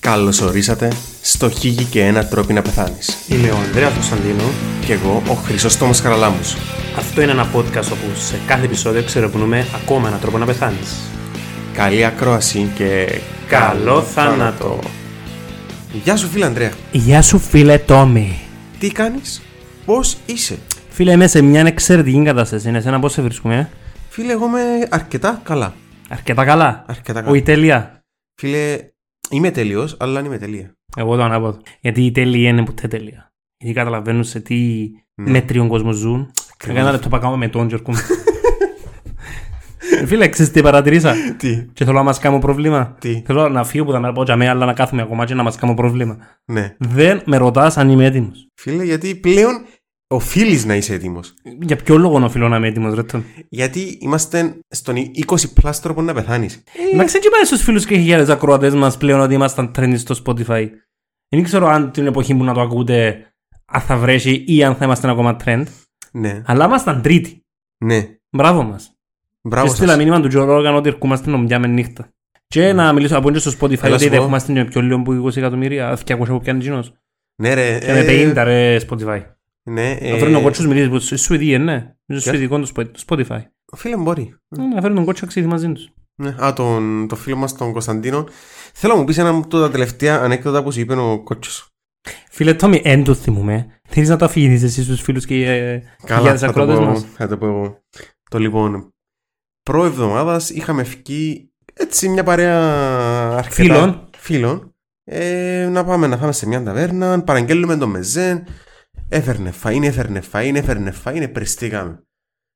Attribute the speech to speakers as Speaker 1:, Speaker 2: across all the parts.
Speaker 1: Καλώς ορίσατε στο Χίγη και ένα τρόπο να πεθάνεις.
Speaker 2: Είμαι ο Ανδρέας Κωνσταντίνο.
Speaker 1: Κι εγώ ο Χρυσόστομος Χαραλάμπους.
Speaker 2: Αυτό είναι ένα podcast όπου σε κάθε επεισόδιο ξερευνούμε ακόμα έναν τρόπο να πεθάνεις.
Speaker 1: Καλή ακρόαση και...
Speaker 2: Καλό θάνατο.
Speaker 1: Γεια σου φίλε Ανδρέα.
Speaker 2: Γεια σου φίλε Τόμι.
Speaker 1: Τι κάνεις, πώς είσαι.
Speaker 2: Φίλε, είμαι σε μια εξαιρετική κατάσταση. Είναι εσένα πώς σε βρίσκουμε, ε?
Speaker 1: Φίλε, εγώ είμαι αρκετά καλά.
Speaker 2: Αρκετά καλά.
Speaker 1: Αρκετά καλά.
Speaker 2: Όχι τέλεια.
Speaker 1: Φίλε, είμαι τέλειος, αλλά δεν είμαι τέλεια.
Speaker 2: Εγώ το ανάποδο. Γιατί η τέλεια είναι ποτέ τέλεια. Γιατί καταλαβαίνουν σε τι
Speaker 1: Ναι.
Speaker 2: μέτριον κόσμο ζουν.
Speaker 1: Ακριβώς.
Speaker 2: Κάνα λεπτό πακάμε με τον Τζορκούμ. Φίλε, ξέρεις τι παρατηρήσα.
Speaker 1: Τι.
Speaker 2: Και θέλω να μας κάνω προβλήμα.
Speaker 1: Τι.
Speaker 2: Θέλω να φύγω που θα με πω για μένα, αλλά να κάθομαι ακόμα και να μας κάνω προβλήμα.
Speaker 1: Ναι.
Speaker 2: Δεν με ρωτάς αν είμαι έτοιμος.
Speaker 1: Φίλε, γιατί πλέον οφείλεις να είσαι έτοιμος.
Speaker 2: Για ποιο λόγο να οφείλω να είμαι έτοιμος, ρε Τόμι.
Speaker 1: Ε. Γιατί είμαστε στον 20 πλάσ τρόπο να πεθάνεις.
Speaker 2: Να ξεγκυμάει στους φίλους και χιλιάδες ακροατές μας πλέον ότι ήμασταν τρένοι στο Spotify. Δεν ξέρω αν την εποχή που να το ακούτε αν θα βρέσει ή αν θα είμαστε ακόμα trend.
Speaker 1: Ναι.
Speaker 2: Αλλά ήμασταν τρίτοι.
Speaker 1: Ναι.
Speaker 2: Μπράβο μας.
Speaker 1: Μπράβο
Speaker 2: και στείλα
Speaker 1: σας.
Speaker 2: μήνυμα του Joe Rogan ότι ερχόμαστε νομιά με νύχτα. Και να μιλήσω από όντε στο Spotify
Speaker 1: Έλα,
Speaker 2: ότι
Speaker 1: σου πω.
Speaker 2: δεχόμαστε και πιο λίγο που 20 εκατομμύρια, 200 που πιάνει τζινός.
Speaker 1: Ναι, ρε.
Speaker 2: Και με
Speaker 1: ε,
Speaker 2: 50 ρε Spotify.
Speaker 1: Ναι, ε,
Speaker 2: Να φέρουν τον κότσο μιλήσεις που Σουηδία, ναι. Είναι
Speaker 1: Ποιος?
Speaker 2: Σουηδικό το Spot- το Spotify.
Speaker 1: Φίλε, μπορεί.
Speaker 2: Ναι, Να φέρουν τον κότσο αξίδι μαζί τους.
Speaker 1: Ναι. Α, τον, το φίλο μας τον Κωνσταντίνο. Θέλω να μου πεις ένα από τα τελευταία ανέκδοτα που σου είπε ο κότσος.
Speaker 2: Φίλε Τόμι, εν το θυμούμε. Θέλεις να το αφηγηθείς εσύ στους φίλους και ε, χιλιάδες
Speaker 1: θα το,
Speaker 2: ακροατές
Speaker 1: πω,
Speaker 2: μας.
Speaker 1: θα το πω εγώ. Το λοιπόν, προεβδομάδα είχαμε φκεί έτσι μια παρέα αρκετά
Speaker 2: Φίλων.
Speaker 1: φίλων, ε, να πάμε να φάμε σε μια ταβέρνα, παραγγέλνουμε το μεζέν, έφερνε φαΐν, έφερνε φαΐν, έφερνε φαΐν, περιστήκαμε.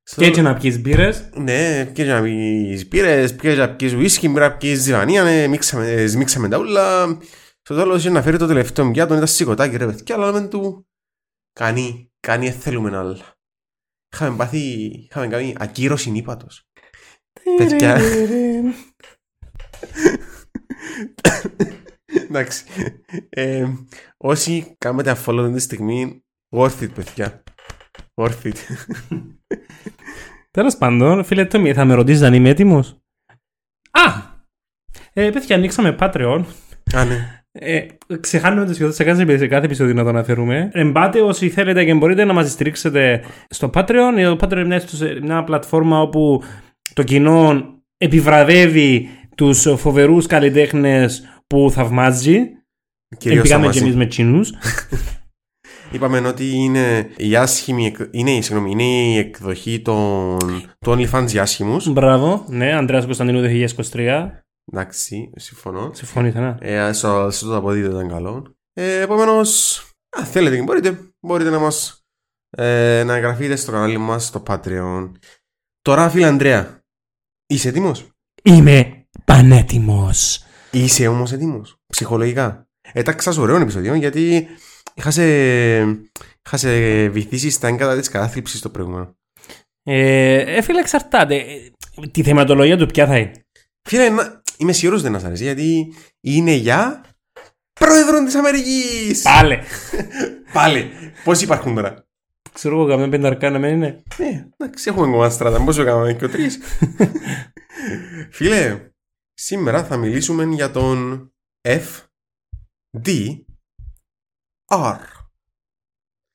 Speaker 1: Στο-
Speaker 2: Και έτσι να πιείς μπύρες.
Speaker 1: Ναι, και για να πεις πύρες, και για να πεις ουίσκι, και να πεις ζιβανία, ναι, μίξαμε, ε, σμίξαμε τα ούλα. Στο τέλος είχε να φέρει το τελευταίο πιάτο, ήταν σηκωτάκι ρε παιδιά, αλλά λέμε του «Κανεί, κανεί δεν θέλουμε άλλα». Είχαμε πάθει, είχαμε κάνει ακύρωση νύπατος. Παιδιά. Εντάξει, ε, όσοι κάνετε unfollow αυτή τη στιγμή, worth it παιδιά, worth it.
Speaker 2: Τέλος πάντων, φίλε Τόμι, θα με ρωτήσεις αν είμαι έτοιμος. Α! Ε, παιδιά, ανοίξαμε Patreon.
Speaker 1: Α, ναι,
Speaker 2: Ε, ξεχάνουμε το σχεδόν σε κάθε, σε κάθε επεισόδιο να το αναφέρουμε. Εμπάτε όσοι θέλετε και μπορείτε να μας στηρίξετε στο Patreon. Ε, Το Patreon είναι μια, ιστος- μια πλατφόρμα όπου το κοινό επιβραβεύει τους φοβερούς καλλιτέχνες που θαυμάζει.
Speaker 1: κυρίως
Speaker 2: Επήγαμε
Speaker 1: μαζί.
Speaker 2: και εμείς με τσινούς.
Speaker 1: Είπαμε ότι είναι η άσχημη, εκ- είναι, συγγνώμη, είναι η εκδοχή των, του OnlyFans για άσχημους.
Speaker 2: Μπράβο. Ναι, Ανδρέας Κωνσταντινού 2023.
Speaker 1: Εντάξει, συμφωνώ.
Speaker 2: Συμφωνείτε, ναι.
Speaker 1: Ε, στο, στο το αποδίδω ήταν καλό. Ε, Επομένως, αν θέλετε και μπορείτε, μπορείτε να μας ε, να εγγραφείτε στο κανάλι μας στο Patreon. Τώρα, φίλε Ανδρέα, είσαι έτοιμος?
Speaker 2: Είμαι πανέτοιμος.
Speaker 1: Είσαι όμως έτοιμος, ψυχολογικά. Ε, Έταξα σε ωραίο επεισόδιο γιατί είχα σε, είχα σε βυθίσεις στα έγκατα της κατάθλιψης το προηγούμενο.
Speaker 2: Ε, ε, φίλε, εξαρτάται. Ε, Τη θεματολογία του ποια θα είναι.
Speaker 1: Φίλε, να- είμαι σίγουρος δεν σας αρέσει γιατί είναι για πρόεδρο της Αμερικής!
Speaker 2: Πάλε.
Speaker 1: Πάλι! Πώς υπάρχουν τώρα.
Speaker 2: Ξέρω εγώ, καμία πενταρκάνα με είναι.
Speaker 1: Ναι, εντάξει, έχουμε ακόμα στράτα. Πόσο κάναμε και ο τρεις. Φίλε, σήμερα θα μιλήσουμε για τον F, D, R.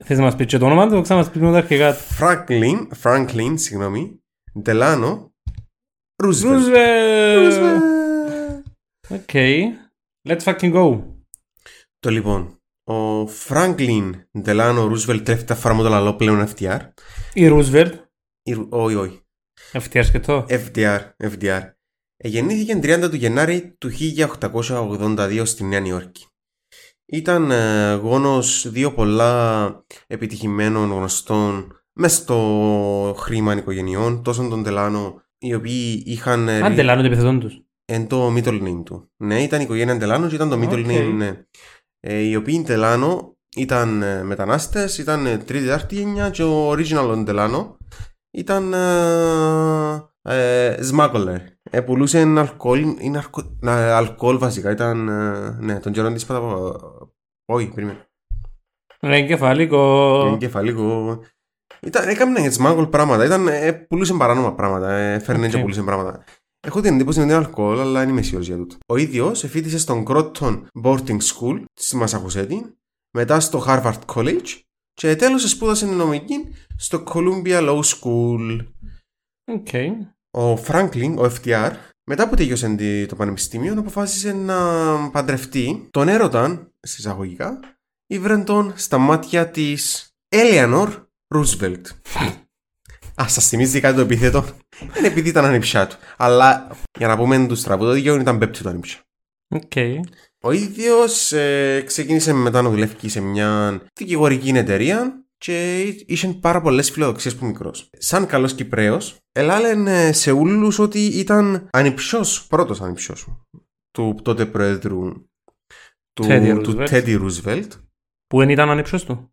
Speaker 2: Θες να μας πεις και το όνομα του, θα ξαναμας πεις με τα αρχικά του.
Speaker 1: Franklin, Franklin, συγγνώμη, Delano, Roosevelt.
Speaker 2: Ρούσβελ.
Speaker 1: Roosevelt.
Speaker 2: Οκ. Let's fucking go.
Speaker 1: Το λοιπόν, ο Franklin Delano Roosevelt τελευταία φορά μου το λαλό πλέον FDR.
Speaker 2: Η Ρούσβελτ.
Speaker 1: Ή- Όχι, όχι.
Speaker 2: Αυτή αρκετό.
Speaker 1: Ε, FDR, FDR. Ε, Γεννήθηκε 30 του Γενάρη του 1882 στη Νέα Νιόρκη. Ήταν ε, γόνος δύο πολλά επιτυχημένων γνωστών μες στο χρήμα οικογενειών, τόσο τον Τελάνο, οι οποίοι είχαν... ε,
Speaker 2: Αν τελάνουν το επιθετών τους.
Speaker 1: Εν το middle name του. Ναι, ήταν η οικογένεια Τελάνος και ήταν το middle
Speaker 2: Οκ.
Speaker 1: name, ναι. Ε, οι οποίοι Τελάνο ήταν ε, μετανάστες, ήταν ε, τρίτη δάρτη γενιά και ο original Τελάνο ήταν ε, ε, smuggler. Ε, πουλούσε αλκοόλ, είναι αρκο- να- αλκοόλ βασικά, ήταν, ε, ναι, τον καιρό της πατα... Όχι, περίμενε.
Speaker 2: Ναι,
Speaker 1: Είναι
Speaker 2: κεφαλικό.
Speaker 1: κεφαλικό. Ήταν, έκαμε smuggler πράγματα, ήταν, ε, πουλούσε παράνομα πράγματα, ε, φέρνε
Speaker 2: Οκ.
Speaker 1: και πουλούσε πράγματα. Έχω την εντύπωση ότι είναι αλκοόλ, αλλά δεν είμαι σίγουρος για τούτο. Ο ίδιος εφήτησε στον Croton Boarding School στη Μασαχουσέτη, μετά στο Harvard College και τέλος σπούδασε νομική στο Columbia Law School.
Speaker 2: Οκ.
Speaker 1: Ο Franklin, ο FTR, μετά που τελειώσε τη- το πανεπιστήμιο, αποφάσισε να παντρευτεί τον έρωταν, σε εισαγωγικά, ήβρεν τον στα μάτια της Έλεανορ Ρούσβελτ. Α, σας θυμίζει κάτι το επίθετο. Είναι επειδή ήταν ανιψιά του. Αλλά για να πούμε τους στραβού, το δικαίωμα ήταν πέπτη του ανιψιά.
Speaker 2: Οκ.
Speaker 1: Ο ίδιος ξεκίνησε μετά να δουλεύει σε μια δικηγορική εταιρεία και είχε πάρα πολλές φιλοδοξίες που μικρός. Σαν καλός Κυπρέος, ελάλεν ε, σε όλου ότι ήταν ανυψιό, πρώτο ανυψιό του τότε Προέδρου του
Speaker 2: Teddy
Speaker 1: του
Speaker 2: Roosevelt.
Speaker 1: Teddy Roosevelt.
Speaker 2: Που δεν ήταν ανήψο του.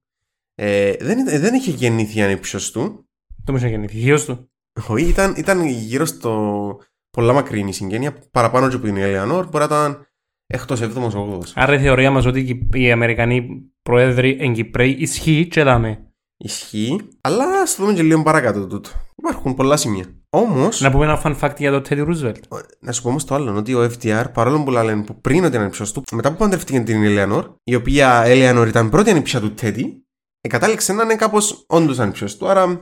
Speaker 1: Ε, δεν, δεν είχε γεννήθει ανυψιό του.
Speaker 2: Το μου είχε γεννηθεί. Θείο του.
Speaker 1: Όχι, ήταν, ήταν γύρω στο. Πολλά μακρινή συγγένεια, παραπάνω και από την Ελεανόρ, μπορεί να ήταν εκτό 7ο-8ο.
Speaker 2: Άρα η θεωρία μας ότι οι Κυπ- οι Αμερικανοί προέδροι εν Κυπρέοι ισχύει και δάμε.
Speaker 1: Ισχύει. Αλλά ας το δούμε και λίγο παρακάτω το τούτο. Υπάρχουν πολλά σημεία. Όμως,
Speaker 2: Να πούμε ένα fun fact για τον Teddy Roosevelt.
Speaker 1: να σου πω όμως το άλλο, ότι ο FDR, παρόλο που λένε που πριν ότι ήταν ανυψιό του, μετά που παντρευτήκε την Ελεανόρ, η οποία Ελεανόρ ήταν πρώτη ανυψιά του Τέντι, κατάληξε να είναι κάπως όντως ανυψιό του. Άρα,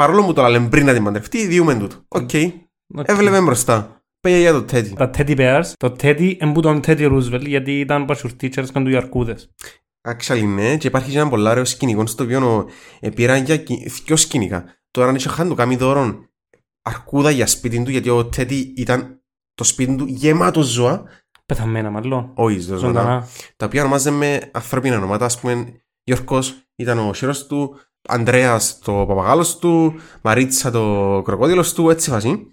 Speaker 1: παρόλο που το λένε πριν να την παντρευτεί, διούμε τούτο. Οκ.
Speaker 2: Οκ.
Speaker 1: Έβλεπε μπροστά. Πέγε για το Τέντι.
Speaker 2: Τα Teddy Bears, το Teddy εμπού τον Teddy Roosevelt γιατί ήταν πασουρ teachers και του Ιαρκούδες.
Speaker 1: Actually, ναι, και υπάρχει και ένα πολύ ωραίο σκηνικό στο οποίο ε, πήραν για κι- δυο σκηνικά. Τώρα αν είχε χάνει το κάνει δώρο αρκούδα για σπίτι του, γιατί ο Τέτι ήταν το σπίτι του γεμάτο ζώα.
Speaker 2: Πεθαμένα μάλλον.
Speaker 1: Όχι, δεν ζωντανά.
Speaker 2: Ζωντανά.
Speaker 1: Τα οποία ονομάζαμε ανθρώπινα ονόματα. Ας πούμε, Γιώργος ήταν ο χειρός του, Ανδρέας το παπαγάλος του, Μαρίτσα το κροκόδιλος του, έτσι φασί.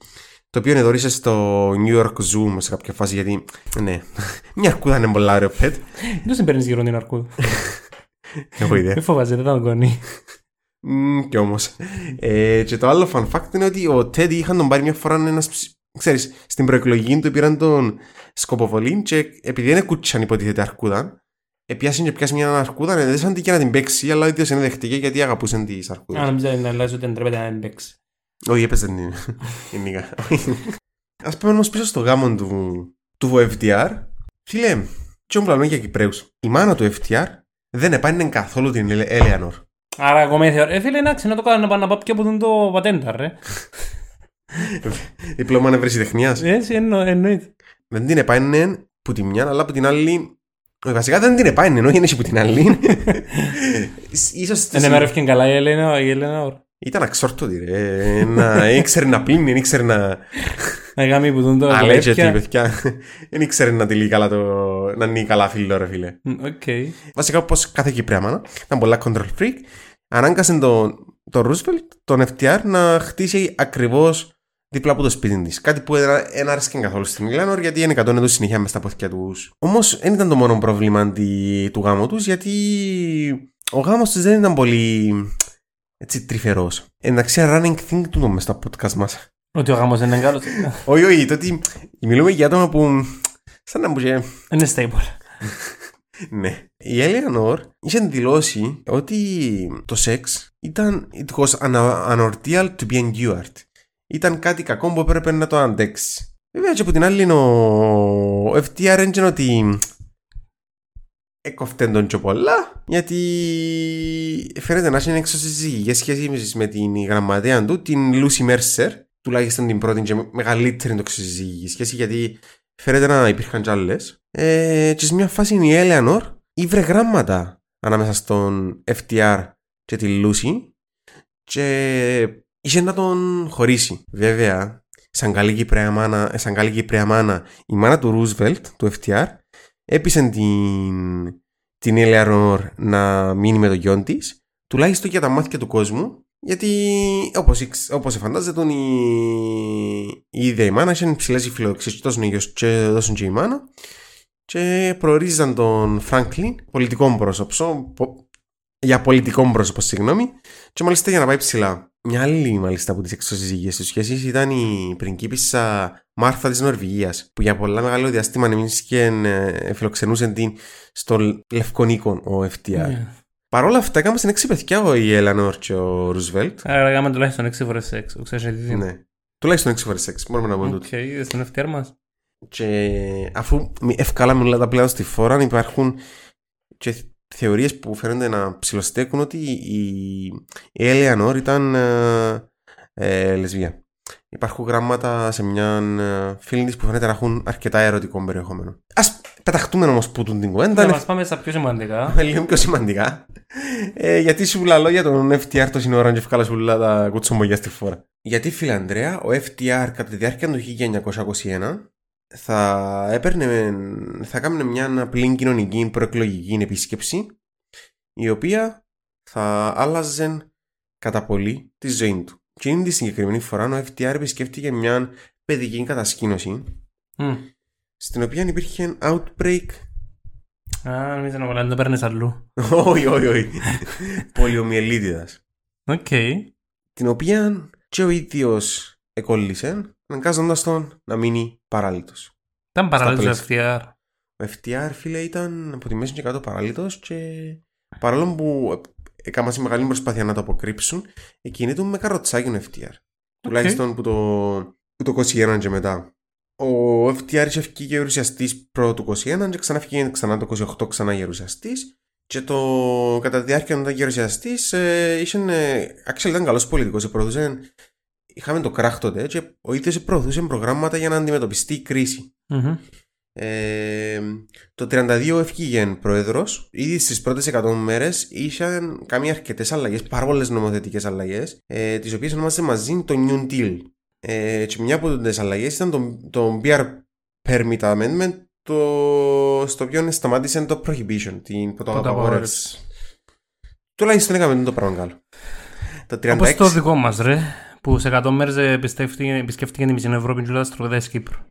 Speaker 1: Το οποίο εδωρήσε στο New York Zoo σε κάποια φάση, γιατί ναι, μια αρκούδα είναι πολύ ωραίο pet.
Speaker 2: Δεν σε παίρνεις γύρω την Ιαρκούδα.
Speaker 1: Έχω ιδέα.
Speaker 2: Δεν Ε. φοβάσαι, δεν θα αγκώνει.
Speaker 1: Μμμ, κι όμως. Ε, και το άλλο fun fact είναι ότι ο Τέντι είχαν τον πάρει μια φορά ένας. Ξέρεις, στην προεκλογή του πήραν τον σκοποβολή και επειδή δεν κουτσάν υποτίθεται αρκούδα, επιάσαν και πιάσει μια αρκούδα, ναι, έδεσαν την και να την παίξει, αλλά ο ίδιος δεν δεχτήκε γιατί αγαπούσαν τις αρκούδες.
Speaker 2: Αν νομίζω να αλλάζει ότι δεν τρέπεται να μην παίξει.
Speaker 1: Όχι, έπαιζε την γενικά. Ας πούμε όμως πίσω στο γάμο του, του FDR, φίλε, τι όμως για Κυπρέους. Η μάνα του FDR δεν επάνηνε καθόλου την Ελε- Έλεανορ.
Speaker 2: Άρα ακόμα θεωρώ. Ε, φίλε, εντάξει, να το κάνω να πάω να πάω πιο που τον το πατέντα, ρε.
Speaker 1: Διπλώμα ευρεσιτεχνίας.
Speaker 2: Έτσι, εννο- εννοείται.
Speaker 1: δεν την επάνε που τη μια, αλλά από την άλλη. Όχι, Βασικά δεν την επάνε, ενώ είναι που την άλλη. Ίσως στη-
Speaker 2: Δεν εμέρευκε καλά η Ελένα, η Ελένα. ωρα.
Speaker 1: Ήταν αξόρτοτη, ρε. Να ήξερε να πλύνει, δεν ήξερε να.
Speaker 2: Να κάνει που τον το
Speaker 1: Αλέτζε την
Speaker 2: παλεύκια.
Speaker 1: παιδιά. Δεν ήξερε να τη λύει καλά το. να είναι καλά φίλο, ρε φίλε.
Speaker 2: Μ, Οκ.
Speaker 1: Βασικά, όπως κάθε Κυπρέα μάνα, ήταν πολλά control freak. Ανάγκασε τον τον Ρούσβελτ, τον FTR, να χτίσει ακριβώς δίπλα από το σπίτι της. Κάτι που δεν άρεσε καθόλου στην Μιλάνορ γιατί είναι εκατόν συνεχεία με στα πόθηκια τους. Όμως δεν ήταν το μόνο πρόβλημα τη- του γάμου τους, γιατί ο γάμος τη δεν ήταν πολύ έτσι τρυφερός. Εντάξει, running thing του μες στα podcast μας.
Speaker 2: Ότι ο γάμος είναι καλός.
Speaker 1: όχι, όχι, το ότι μιλούμε για άτομα που. σαν να μου είχε-
Speaker 2: Είναι stable.
Speaker 1: Ναι. Η Eleanor είχε δηλώσει ότι το σεξ ήταν it was an, an ordeal to be endured. Ήταν κάτι κακό που έπρεπε να το αντέξεις. Βέβαια και από την άλλη ο FTR έγινε ότι έκοφτε τον και πολλά γιατί φαίνεται να είναι έξω συζυγικές σχέσεις με την γραμματέα του, την Lucy Mercer τουλάχιστον την πρώτη και μεγαλύτερη τοξιζυγική σχέση γιατί φαίνεται να υπήρχαν κι άλλες. Ε, και σε μια φάση η Έλεανορ ήβρε γράμματα ανάμεσα στον FTR και τη Λούση και είχε να τον χωρίσει. Βέβαια, σαν καλή Κυπρέα μάνα, ε, σαν καλή Κυπρέα μάνα, η μάνα του Ρούσβελτ, του FTR, έπεισε την, την Έλεανορ να μείνει με το γιον της, τουλάχιστον για τα μάτια του κόσμου, γιατί όπως, ήξ- όπως φαντάζεται τον η, η ίδια η μάνα είχε ψηλές οι φιλοδοξίες και τόσο ο γιος και τόσο και η μάνα και προορίζαν τον Φράγκλιν πολιτικό πρόσωπο, πο- για πολιτικό πρόσωπο συγγνώμη και μάλιστα για να πάει ψηλά. Μια άλλη μάλιστα από τις εξωσυζυγίες της σχέσης ήταν η πριγκίπισσα Μάρθα της Νορβηγίας που για πολλά μεγάλο διαστήμα ανεμίσχε ε, φιλοξενούσε την στο Λευκόν Οίκον ο FTR.
Speaker 2: Ναι.
Speaker 1: Παρ' όλα αυτά, έκαμε στην έξι παιδιά ο η Έλανορ και ο Ρουσβέλτ.
Speaker 2: Άρα κάνουμε τουλάχιστον 6 φορές σεξ. Ξέρεις τι είναι.
Speaker 1: Ναι. Τουλάχιστον 6 φορέ 6. Μπορούμε να πούμε τούτο.
Speaker 2: Οκ, είδες τον FTR μας.
Speaker 1: Και αφού μη- ευκάλαμε όλα τα πλέον στη φόρα, υπάρχουν και θεωρίες που φαίνονται να ψηλοστέκουν ότι η, η Eleanor ήταν ε, ε, λεσβία. Υπάρχουν γράμματα σε μια ε, φίλη της που φαίνεται να έχουν αρκετά ερωτικό περιεχόμενο. Ας πεταχτούμε όμως που τον την κουβέντα,
Speaker 2: Να
Speaker 1: είναι
Speaker 2: Ναι, μας πάμε στα πιο σημαντικά.
Speaker 1: φ- λίγο πιο σημαντικά. Ε, γιατί σου λαλώ για τον FTR το σύνορα και ευκάλα σου όλα τα κουτσομπογιά στη φόρα. Γιατί φίλε Ανδρέα, ο FTR κατά τη διάρκεια του 1921 θα έπαιρνε, θα κάμνε μια απλή κοινωνική προεκλογική επίσκεψη η οποία θα άλλαζε κατά πολύ τη ζωή του. Και είναι τη συγκεκριμένη φορά ο FTR επισκέφτηκε μια παιδική κατασκήνωση
Speaker 2: Μμ.
Speaker 1: στην οποία υπήρχε outbreak
Speaker 2: Α, νομίζω να βολάνε, το παίρνεις αλλού.
Speaker 1: όχι, όχι, όχι. Πολιομιελίτιδας.
Speaker 2: Οκ.
Speaker 1: την οποία και ο ίδιος εκόλλησε, αναγκάζοντας τον να μείνει παράλυτος.
Speaker 2: Ήταν παράλληλο
Speaker 1: πλαίσια.
Speaker 2: FTR.
Speaker 1: Ο FTR, φίλε, ήταν από τη μέση και κάτω παράλυτος και παρόλο που έκανα σε μεγάλη προσπάθεια να το αποκρύψουν, εκείνη του με καροτσάκι ο FTR. Τουλάχιστον που το, που το 21 και μετά. Ο FTR είχε βγει ουσιαστή προ του 21 και ξανά βγήκε ξανά το 28 ξανά γερουσιαστής. Και το, κατά τη διάρκεια όταν ήταν γερουσιαστής, ε, είχε, ε, actually ήταν καλός πολιτικός. Προωθούσε, είχαμε το κράχ τότε και ο ίδιος προωθούσε προγράμματα για να αντιμετωπιστεί η κρίση.
Speaker 2: Μμμ.
Speaker 1: Ε, το 32 έφυγε πρόεδρος. Ήδη στις πρώτες 100 μέρες είχαν κάνει αρκετές αλλαγές, πάρα πολλές νομοθετικές αλλαγές, ε, τις οποίες ονομάζε μαζί το New Deal. Ε, και μια από τις αλλαγές ήταν το, το BR Permit Amendment, το, στο οποίο σταμάτησε το Prohibition, την πρωτοαπαγόρευση. Τουλάχιστον έκαμε το πράγμα καλό. Το 36.
Speaker 2: Όπως το δικό μας ρε, που σε 100 μέρες επισκέφτηκε επισκέφτηκε τη μισή Ευρώπη και όλα στρογδές Κύπρο.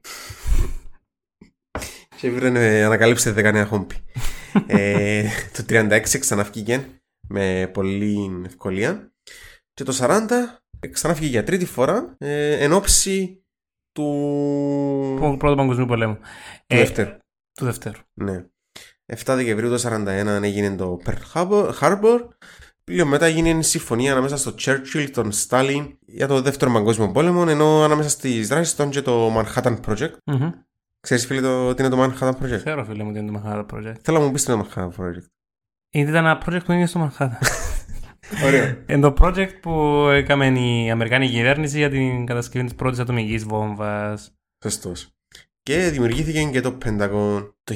Speaker 1: Και ναι, βρήκε, ανακαλύψε 19 χόμπι. ε, το 36 ξαναφύγει με πολλή ευκολία. Και το 40 ξαναφύγει για τρίτη φορά ε, εν ώψη του.
Speaker 2: Προ- Πρώτο Παγκοσμίου Πολέμου.
Speaker 1: του
Speaker 2: Ε,
Speaker 1: δεύτερου.
Speaker 2: Του δεύτερου.
Speaker 1: Ναι. 7 Δεκεμβρίου το 41 έγινε το Pearl Harbor- Harbor. Λίγο μετά έγινε η συμφωνία ανάμεσα στο Churchill, τον Στάλιν για το δεύτερο παγκόσμιο πόλεμο, ενώ ανάμεσα στις δράσεις των και το Manhattan Project.
Speaker 2: Μμμ.
Speaker 1: Ξέρεις φίλε το, τι είναι το Manhattan Project.
Speaker 2: Ξέρω φίλε μου τι είναι το Manhattan Project.
Speaker 1: Θέλω να μου πεις τι είναι το Manhattan Project.
Speaker 2: Είναι- Ήταν ένα project που είναι στο Manhattan.
Speaker 1: Ωραίο.
Speaker 2: Είναι το project που έκαμε η Αμερικάνικη κυβέρνηση για την κατασκευή της πρώτης ατομικής βόμβας.
Speaker 1: Σωστός. Και δημιουργήθηκε και το Πενταγόν. Το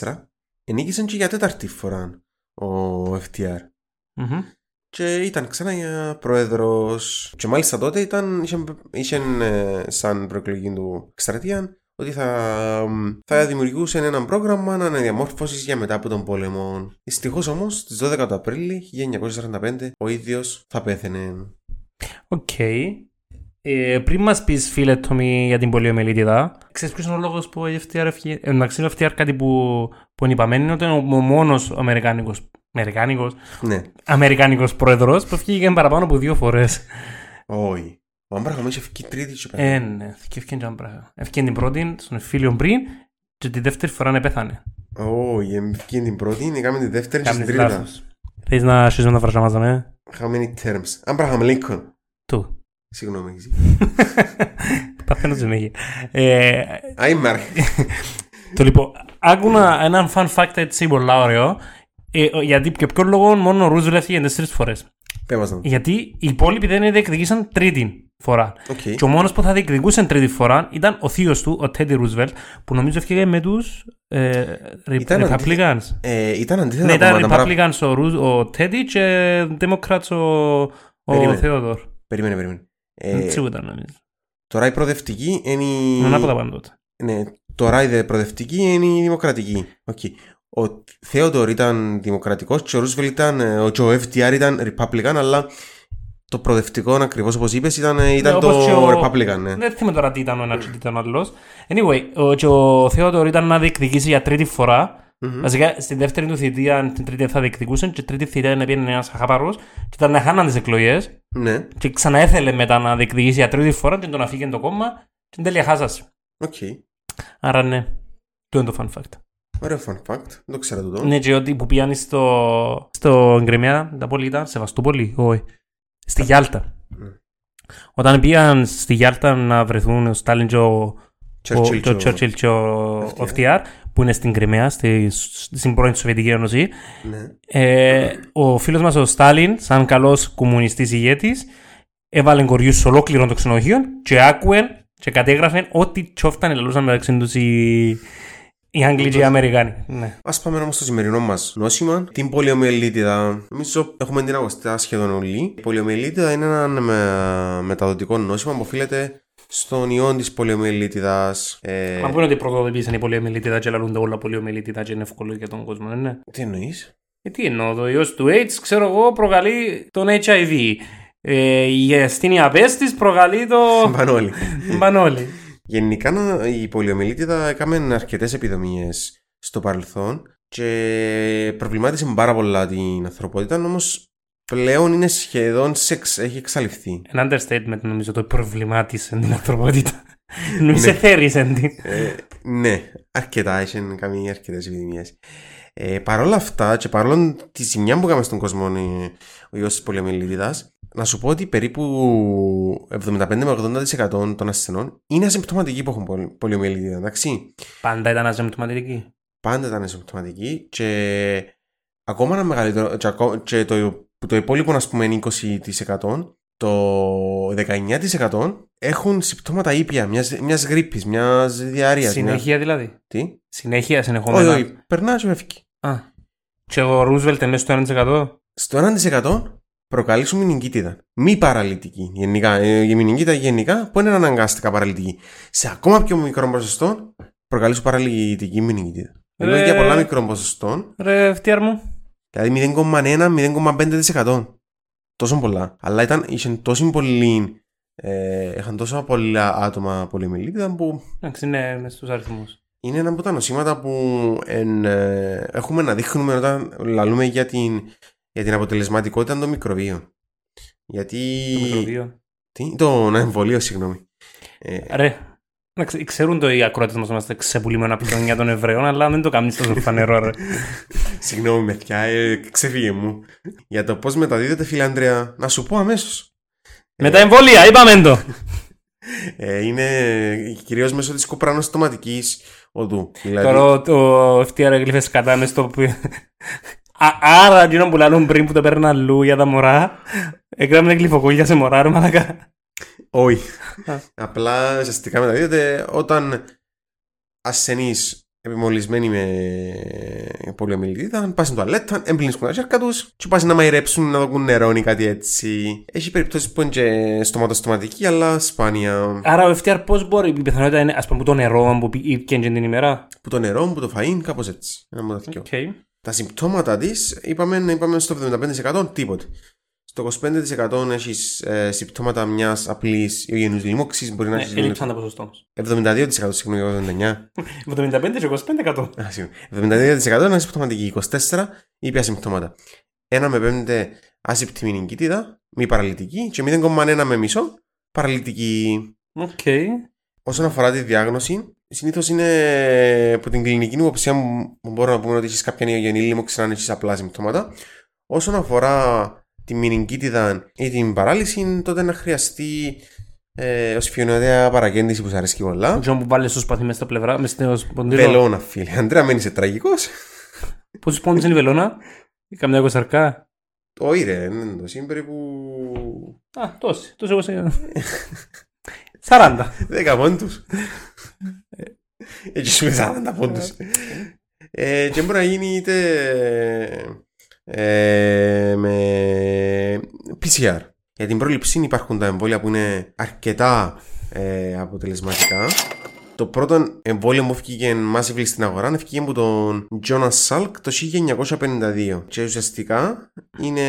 Speaker 1: 1944 ενίκησε και για τέταρτη φορά ο FTR.
Speaker 2: Μμμ.
Speaker 1: Και ήταν ξανά για πρόεδρος. Και μάλιστα τότε ήταν, είχε, είχε, ε, σαν προεκλογική του εκστρατεία ότι θα, θα δημιουργούσε ένα πρόγραμμα αναδιαμόρφωσης για μετά από τον πόλεμο. Δυστυχώς όμως, στις 12 του Απρίλη 1945, ο ίδιος θα πέθαινε.
Speaker 2: Οκ. Ε, πριν μας πεις φίλε Τόμι για την πολιομελίτιδα, ξέρεις ποιος είναι ο λόγος που η FTR έφυγε. Ε, Εντάξει, ο FTR κάτι που, που είναι είπαμε, είναι ότι είναι ο μόνος Αμερικάνικος, Αμερικάνικος,
Speaker 1: Ναι.
Speaker 2: Αμερικάνικος πρόεδρος που φύγει παραπάνω από δύο φορές.
Speaker 1: Όχι. Ο Άμπραχαμ είχε φύγει τρίτη και πέθανε.
Speaker 2: ε, ναι, και έφυγε και ένα πράγμα. Έφυγε την πρώτη στον φίλιο πριν και τη δεύτερη φορά να πέθανε.
Speaker 1: Όχι, εμφυγεί την πρώτη, έκαμε τη δεύτερη και την
Speaker 2: Κάνεις
Speaker 1: τρίτα.
Speaker 2: λάθος. Θες να αρχίσουμε τα φράσια μας, δαμέ.
Speaker 1: Χαμένοι terms. Άμπραχαμ Λίνκον.
Speaker 2: Του.
Speaker 1: Συγγνώμη. Ξύ.
Speaker 2: Παθαίνω συνέχεια. Ε,
Speaker 1: Άιμαρ.
Speaker 2: το λοιπόν, άκουνα έναν fun fact έτσι πολλά ωραίο. Ε, ο- γιατί για ποιον λόγο μόνο ο Ρούζβελ έφυγε τέσσερι φορές.
Speaker 1: Πέμασταν.
Speaker 2: Γιατί οι υπόλοιποι δεν διεκδικήσαν τρίτη φορά.
Speaker 1: Οκ.
Speaker 2: Και ο μόνος που θα διεκδικούσαν τρίτη φορά ήταν ο θείος του, ο Τέντι Ρούζβελτ, που νομίζω έφυγε με τους ε, Re-
Speaker 1: Ήταν αντί-
Speaker 2: Republicans.
Speaker 1: Ε, Ήταν
Speaker 2: Ναι,
Speaker 1: αντίθετα
Speaker 2: ήταν
Speaker 1: κόμματα. μπράβο.
Speaker 2: Republicans ο, Ρουζ, ο Τέντι και Democrats ο, ο
Speaker 1: Περίμενε.
Speaker 2: Θεόδωρ.
Speaker 1: Περίμενε, περίμενε. Ε,
Speaker 2: Έτσι ήταν νομίζω.
Speaker 1: Τώρα η προοδευτική είναι η...
Speaker 2: Ένα από τα πάντα τότε.
Speaker 1: Ναι, τώρα η δε προοδευτική είναι η δημοκρατική. Οκ. Ο Θέοντορ ήταν δημοκρατικός και ο Ρούσβελ ήταν... ε, Ο και ο FDR ήταν Republican, αλλά... Το προοδευτικό, ακριβώς όπως είπες, ήταν, ε, ήταν
Speaker 2: Ναι, όπως και
Speaker 1: το
Speaker 2: ο-
Speaker 1: Republican, ναι.
Speaker 2: Δεν θυμάμαι τώρα τι ήταν ο ένας και τι ήταν ο άλλος. Anyway, ο, και ο Θεόδωρ ήταν να διεκδικήσει για τρίτη φορά.
Speaker 1: Μμμ.
Speaker 2: Βασικά στη δεύτερη του θητεία, την τρίτη θα διεκδικούσαν και τρίτη θητεία να πήγαινε ένας χαπαρό και ήταν να χάναν τις εκλογές.
Speaker 1: Ναι,
Speaker 2: Και ξαναέθελε μετά να διεκδικήσει για τρίτη φορά και τον αφήγαινε το κόμμα και τέλεια χάσασε.
Speaker 1: οκ.
Speaker 2: Άρα ναι, το είναι το fun fact.
Speaker 1: Ωραίο fun fact, δεν το ξέρω τούτο.
Speaker 2: Ναι, και ότι που πιάνει Ναι. στο, στο Γκρεμιά, τα πόλη ήταν, Σεβαστούπολη, όχι. Στη Γιάλτα. Όταν πήγαν στη Γιάρτα να βρεθούν ο Στάλιν και ο
Speaker 1: Churchill
Speaker 2: και ο
Speaker 1: και ο-
Speaker 2: Churchill και ο FDR, που είναι στην Κρυμαία, στη, στην πρώην Σοβιετική Ένωση,
Speaker 1: Ναι.
Speaker 2: ε, ο φίλος μας ο Στάλιν, σαν καλός κομμουνιστής ηγέτης, έβαλε κοριούς σε ολόκληρο το ξενοδοχείο και άκουε και κατέγραφε ό,τι τσόφταν ελαλούσαν μεταξύ τους οι, οι Άγγλοι και οι Αμερικάνοι. Ναι.
Speaker 1: Ας πάμε όμως στο σημερινό μας νόσημα, την πολιομιελίτιδα. Νομίζω έχουμε την αγωστά σχεδόν όλοι. Η πολιομιελίτιδα είναι ένα με- μεταδοτικό νόσημα που οφείλεται στον ιό της πολιομιελίτιδας. Ε,
Speaker 2: Μα πού είναι ότι πρωτοδοτήσαν οι πολιομιλίτιδα και λαλούνται όλα πολιομιλίτιδα και είναι εύκολο για τον κόσμο, ναι.
Speaker 1: Τι εννοείς.
Speaker 2: Ε, τι εννοώ, το ιός του AIDS, ξέρω εγώ, προκαλεί τον HIV. Ε, η ασθένεια απέστης προκαλεί το
Speaker 1: Πάνε όλοι.
Speaker 2: μπανόλι.
Speaker 1: Γενικά να- η πολιομιελίτιδα έκαμε αρκετές επιδομίες στο παρελθόν και προβλημάτισε πάρα πολλά την ανθρωπότητα, όμως πλέον είναι σχεδόν σεξ, έχει εξαλειφθεί.
Speaker 2: Ένα understatement νομίζω το προβλημάτισε την ανθρωπότητα.
Speaker 1: Ναι.
Speaker 2: Νομίζω θέρισε την.
Speaker 1: Ε, ναι, αρκετά, είχε κάνει αρκετές επιδημίες. Ε, Παρ' όλα αυτά, και παρόλο τη ζημιά που είχαμε στον κόσμο ε, ο ιό τη πολιομελίτιδα, να σου πω ότι περίπου 75 με 80% των ασθενών είναι ασυμπτωματικοί που έχουν πολυ- πολιομελίτιδα, εντάξει.
Speaker 2: Πάντα ήταν ασυμπτωματική.
Speaker 1: Πάντα ήταν ασυμπτωματικοί και ακόμα ένα μεγαλύτερο, και, ακό- και το, που το υπόλοιπο να πούμε είναι 20%, το 19% έχουν συμπτώματα ήπια, μιας, μιας γρήπης, μιας διαρρείας. μιας-
Speaker 2: Συνέχεια δηλαδή.
Speaker 1: Τι?
Speaker 2: Συνέχεια
Speaker 1: Όχι,
Speaker 2: συνεχόμενα.
Speaker 1: ναι. όχι, περνάς και φεύγει.
Speaker 2: Α. Και ο Ρούσβελτ είναι μέσα στο
Speaker 1: Στο 1% προκαλεί σου μηνυγκίτιδα. Μη παραλυτική γενικά. Ε, η μηνυγκίτιδα γενικά που είναι αναγκαστικά παραλυτική. Σε ακόμα πιο μικρό ποσοστό προκαλεί σου παραλυτική μηνυγκίτιδα. Ενώ
Speaker 2: Ρε.
Speaker 1: για πολλά μικρών ποσοστών,
Speaker 2: 1%. Ρε φτιάρ μου.
Speaker 1: δηλαδή 0,1-0,5%. Τόσο πολλά. Αλλά ήταν, είχε τόσο πολύ. Ε, είχαν τόσο πολλά άτομα πολυμελίτιδα που
Speaker 2: Εντάξει, ναι, μες στους αριθμούς.
Speaker 1: είναι ένα από τα νοσήματα που εν, ε, έχουμε να δείχνουμε όταν λαλούμε για την, για την αποτελεσματικότητα των μικροβίων. Γιατί.
Speaker 2: Το μικροβίο.
Speaker 1: Τι, το να εμβολίο, συγγνώμη. Ε,
Speaker 2: Ρε. Να ξε- Ξέρουν το οι ακροατές μας ότι είμαστε ξεπουλημένοι από τον των Εβραίων, αλλά δεν το κάνεις τόσο φανερό, ρε.
Speaker 1: συγγνώμη, μεθιά, ε, ξεφύγε μου. Για το πώς μεταδίδεται, φίλε Ανδρέα, να σου πω αμέσως.
Speaker 2: Με τα εμβόλια, είπαμε το.
Speaker 1: Ε, είναι κυρίως μέσω της κοπρανοστοματικής οδού. Δηλαδή,
Speaker 2: Τώρα το FTR έγλυφε κατά μες στο. πι- Α- Άρα, εκείνο που λαλούν πριν που τα παίρνουν αλλού για τα μωρά, έκαναν γλυφοκούλια σε μωρά, ρε μαλακά.
Speaker 1: Όχι.
Speaker 2: Α.
Speaker 1: Απλά ουσιαστικά μεταδίδεται όταν ασθενείς επιμολυσμένοι με πολιομιλητήτα, αν πας στην τουαλέτα, έμπλυνε τα χέρια τους και πας να μαϊρέψουν να δοκούν νερό ή κάτι έτσι. Έχει περιπτώσεις που είναι και στοματοστοματική, αλλά σπάνια.
Speaker 2: Άρα, ο FTR πώς μπορεί, η πιθανότητα είναι, ας πούμε, το νερό που πήγε την ημέρα.
Speaker 1: Που το νερό, που το φαΐν, κάπως έτσι. Ένα από τα δυο.
Speaker 2: Okay.
Speaker 1: Τα συμπτώματα της είπαμε, είπαμε στο 75% τίποτε. Στο 25% έχεις ε, συμπτώματα μιας απλής ιογενού λοιμόξη, μπορεί να
Speaker 2: Ναι,
Speaker 1: έχεις.
Speaker 2: έλειψαν τα ποσοστά όμω.
Speaker 1: 72% συγγνώμη, 79%.
Speaker 2: 75 και 25%.
Speaker 1: Α, συγγνώμη. 72% είναι ασυμπτωματική, 24% ήπια συμπτώματα. 1 με 5 άσυπτη μηνυγκίτιδα, μη παραλυτική και 0,1 με μισό παραλυτική.
Speaker 2: Οκ.
Speaker 1: Όσον αφορά τη διάγνωση, συνήθως είναι από την κλινική υποψία μου που μπορώ να πούμε ότι έχεις κάποια νεογενή λίμωξη αν έχεις απλά συμπτώματα. Όσον αφορά τη μηνυγκίτιδα ή την παράλυση, τότε να χρειαστεί ε, ως φιονοδέα παρακέντηση που σα αρέσει πολλά.
Speaker 2: Τζον που βάλεις στο σπαθί μέσα στα πλευρά, μες στο σπονδύλο.
Speaker 1: Βελόνα, φίλε. Αντρέα, μένεις τραγικό.
Speaker 2: Πόσου πόντου είναι η βελόνα, καμιά κοσαρκά.
Speaker 1: Όχι ρε, ναι, το σύμπερι που...
Speaker 2: Α, τόση. Τόση εγώ σε. 40.
Speaker 1: Δέκα πόντους. Εκεί σου μετά τα πόντους. Ε, και μπορεί να γίνει είτε ε, με PCR. Για την πρόληψη υπάρχουν τα εμβόλια που είναι αρκετά ε, αποτελεσματικά. Το πρώτο εμβόλιο μου βγήκε massively στην αγορά βγήκε από τον Jonas Salk το 1952. Και ουσιαστικά είναι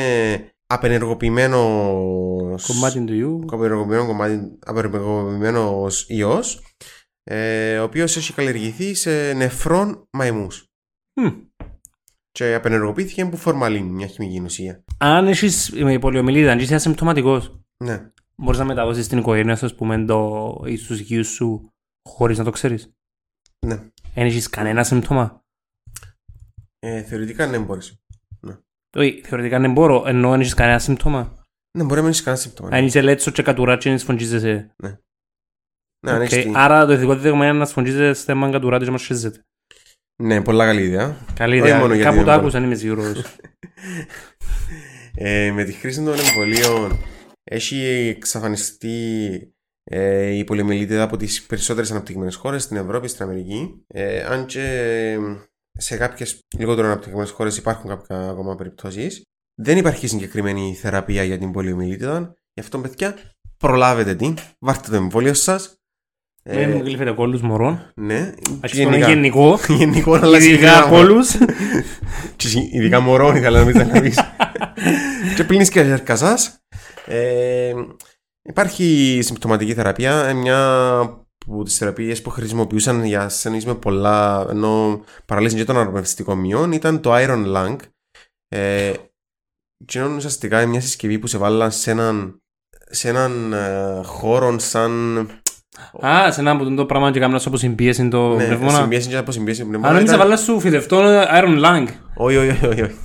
Speaker 1: απενεργοποιημένος
Speaker 2: Κομμάτι του ιού.
Speaker 1: απεργοποιημένο κομμάτι, απεργοποιημένο ιός, ε, ο οποίος έχει καλλιεργηθεί σε νεφρών μαϊμούς.
Speaker 2: Μμ.
Speaker 1: Και απενεργοποιήθηκε από φορμαλίν, μια χημική ουσία.
Speaker 2: Αν έχεις με πολιομιλίδα, αν είσαι ασυμπτωματικό,
Speaker 1: Ναι.
Speaker 2: μπορείς να μεταδώσεις στην οικογένεια σου, ας πούμε, το... ή στους γιους σου, χωρίς να το ξέρεις.
Speaker 1: ναι.
Speaker 2: Αν έχεις κανένα σύμπτωμα.
Speaker 1: Ε, θεωρητικά ναι, μπορείς.
Speaker 2: Όχι, θεωρητικά δεν μπορώ, ενώ αν έχεις κανένα σύμπτωμα.
Speaker 1: Ναι, μπορεί να μην έχεις κανένα σύμπτωμα.
Speaker 2: Αν είσαι λέτσος και κατουράτσι, δεν σφωνγίζεσαι.
Speaker 1: Ναι, αν
Speaker 2: Οκ.
Speaker 1: έχεις την-
Speaker 2: Άρα το ηθικό δίδαγμα είναι να σφωνγίζεσαι σε μαν κατουράτσι και να σχέζεται.
Speaker 1: Ναι, πολλά καλή ιδέα.
Speaker 2: Καλή
Speaker 1: Όχι μόνο
Speaker 2: ιδέα.
Speaker 1: γιατί
Speaker 2: Κάπου
Speaker 1: δεν
Speaker 2: το
Speaker 1: μπορώ.
Speaker 2: άκουσα, είμαι σίγουρος.
Speaker 1: Ε, με τη χρήση των εμβολίων έχει εξαφανιστεί ε, η πολυμελίτιδα από τις περισσότερες αναπτυγμένες χώρες στην Ευρώπη, στην Αμερική. Ε, αν και σε κάποιες λιγότερο αναπτυγμένες χώρες υπάρχουν κάποια ακόμα περιπτώσεις. Δεν υπάρχει συγκεκριμένη θεραπεία για την πολυμελίτιδα. Γι' αυτό, παιδιά, προλάβετε την. Βάρτε το εμβόλιο σας. Ε,
Speaker 2: Δεν Ναι, μου γλύφεται κόλλους μωρών.
Speaker 1: ναι,
Speaker 2: Αρχίζει το γενικό.
Speaker 1: Γενικό, αλλά
Speaker 2: Ειδικά
Speaker 1: συγκεκριμένα-
Speaker 2: κόλλους.
Speaker 1: Και συ- Ειδικά μωρών ήθελα να μην τα αναβείς. και πλύνεις και αρκά σας. Ε, υπάρχει συμπτωματική θεραπεία, ε, μια από τις θεραπείες που χρησιμοποιούσαν για ασθενείς με πολλά, ενώ παραλύσαν και των αρμευστικών μειών, ήταν το Iron Lung. Ε, και είναι ουσιαστικά μια συσκευή που σε βάλαν σε έναν, σε έναν ε, χώρο σαν...
Speaker 2: Α, σε ένα από το πράγμα και κάμνας όπως συμπίεση το πνευμόνα.
Speaker 1: συμπίεση και από συμπίεση πνευμόνα.
Speaker 2: Αν δεν σε
Speaker 1: Ναι, Ήταν-
Speaker 2: βάλα σου φιδευτό Iron Lung.
Speaker 1: Όχι, όχι, όχι. όχι.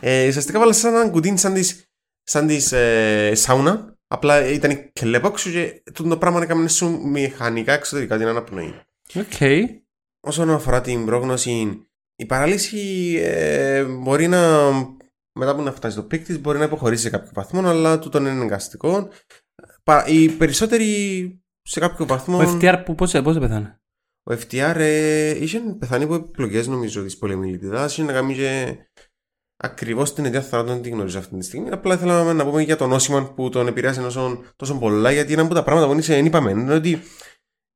Speaker 1: Ε, ουσιαστικά βάλα σαν ένα κουτίν σαν της, σαν της ε, σάουνα. Απλά ήταν η κλεπόξου και τούτο το πράγμα έκαμε σου μηχανικά εξωτερικά την αναπνοή.
Speaker 2: Οκ.
Speaker 1: Όσον αφορά την πρόγνωση, η παραλύση ε, μπορεί να, μετά που να φτάσει στο πικ της, μπορεί να υποχωρήσει σε κάποιο βαθμό, αλλά τούτο είναι εγκαστικό. Πα- Οι περισσότεροι σε κάποιο βαθμό...
Speaker 2: Ο FTR που πώς πώς πέθανε.
Speaker 1: Ο FTR ε, είχε πεθάνει από επιπλοκέ νομίζω της πολεμιλιτιδά. Είχε να κάνει και ακριβώς την αιτία θανάτου, δεν την γνωρίζω αυτή τη στιγμή. Απλά ήθελα να πούμε για τον Όσιμαν που τον επηρέασε τόσο, τόσο πολλά, γιατί ένα από τα πράγματα που είναι, δεν είπαμε είναι ότι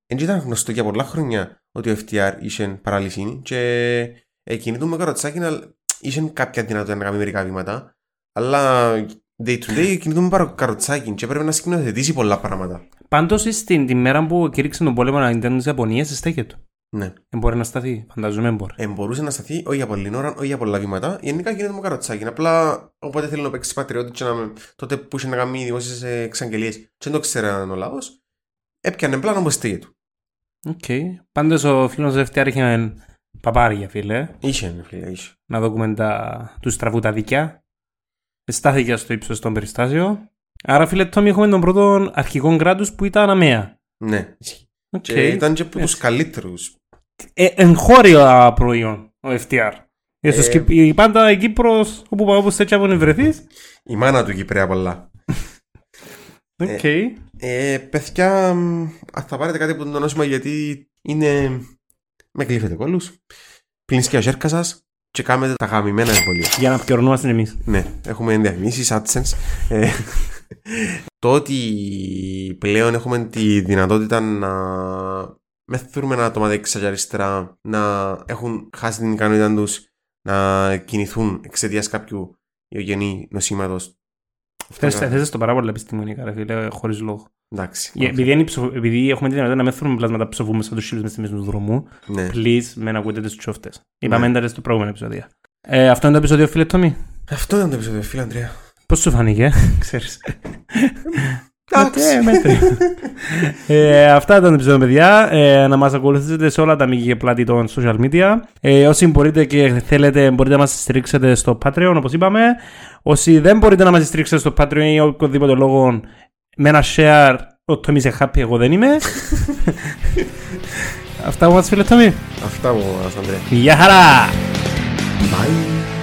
Speaker 1: δεν ήταν γνωστό για πολλά χρόνια ότι ο FTR είχε παραλυσίνη και ε, εκείνη του με καροτσάκι να- είχε κάποια δυνατότητα να κάνει μερικά βήματα. Αλλά day to day κινητούμε παρα καροτσάκι και πρέπει να σκηνοθετήσει πολλά πράγματα.
Speaker 2: Πάντως στην τη μέρα που κήρυξε τον πόλεμο να ήταν της Ιαπωνίας, στέκε του.
Speaker 1: Ναι.
Speaker 2: Δεν μπορεί να σταθεί, φανταζομαι δεν μπορεί.
Speaker 1: ε, μπορούσε να σταθεί όχι για πολλή ώρα, όχι για πολλά βήματα. Γενικά γίνεται μου καροτσάκι. Απλά όποτε θέλει να παίξει πατριώτης, και να, με- τότε που είχε να κάνει δημόσιες εξαγγελίες, και δεν το ξέραν ο λαός, έπιανε πλάνο όπως στέγε του.
Speaker 2: Οκ. Πάντως ο φίλος του FTR είχε παπάρια, φίλε.
Speaker 1: Είχε, ναι, φίλε, είχε.
Speaker 2: να δούμε τα... τους στραβού τα δικιά. Στάθηκε στο ύψος των περιστάσεων. Άρα, φίλε Τόμι, έχουμε τον πρώτο αρχηγό κράτους που ήταν αμαία.
Speaker 1: Ναι.
Speaker 2: Οκ.
Speaker 1: Και ήταν και από τους καλύτερους.
Speaker 2: Ε, εγχώριο προϊόν ο FTR. Ε, στο
Speaker 1: Ε,
Speaker 2: Σκυ- η πάντα η Κύπρος, όπου πάει, όπως έτσι από βρεθεί.
Speaker 1: Η μάνα του Κυπρέα πολλά.
Speaker 2: Οκ.
Speaker 1: Ε, παιδιά, μ, ας θα πάρετε κάτι από το νόσημα γιατί είναι. Με κλείφετε κόλου. Πλύνει και αζέρκα σας και κάνετε τα γαμημένα εμβολία.
Speaker 2: Για να πιορνούμαστε εμείς.
Speaker 1: Ναι, έχουμε διαφημίσει, AdSense. Ε, το ότι πλέον έχουμε τη δυνατότητα να μεθούμε ένα άτομα δεξιά και αριστερά να έχουν χάσει την ικανότητα τους να κινηθούν εξαιτίας κάποιου ιογενή νοσήματος.
Speaker 2: Θε το πάρα πολύ επιστημονικά, ρε φίλε, χωρίς λόγο.
Speaker 1: Εντάξει.
Speaker 2: Ε, Επειδή, είναι ψοφο- επειδή έχουμε τη δυνατότητα να μην φέρουμε πλάσματα ψοβούμε σαν τους χείλους μες στη μέση του δρόμου,
Speaker 1: Ναι.
Speaker 2: please με να ακούτε τις τσόφτες. Είπαμε ένταρε στο προηγούμενο επεισόδιο. Ε, αυτό είναι το επεισόδιο, φίλε Τόμι.
Speaker 1: Αυτό ήταν το επεισόδιο, φίλε Αντρέα.
Speaker 2: Πώς σου φάνηκε, ξέρεις. Μέτρη, μέτρη. ε, αυτά ήταν το επεισόδιο, παιδιά. Ε, να μας ακολουθήσετε σε όλα τα μήκη και πλάτη των social media. Ε, όσοι μπορείτε και θέλετε, μπορείτε να μας στηρίξετε στο Patreon, όπως είπαμε. Όσοι δεν μπορείτε να μας στηρίξετε στο Patreon ή οποιοδήποτε λόγο, με ένα share, ο Τόμι είσαι happy, εγώ δεν είμαι. αυτά που μας φίλε Τόμι.
Speaker 1: Αυτά μου, Αντρέα.
Speaker 2: Γεια χαρά!
Speaker 1: Bye.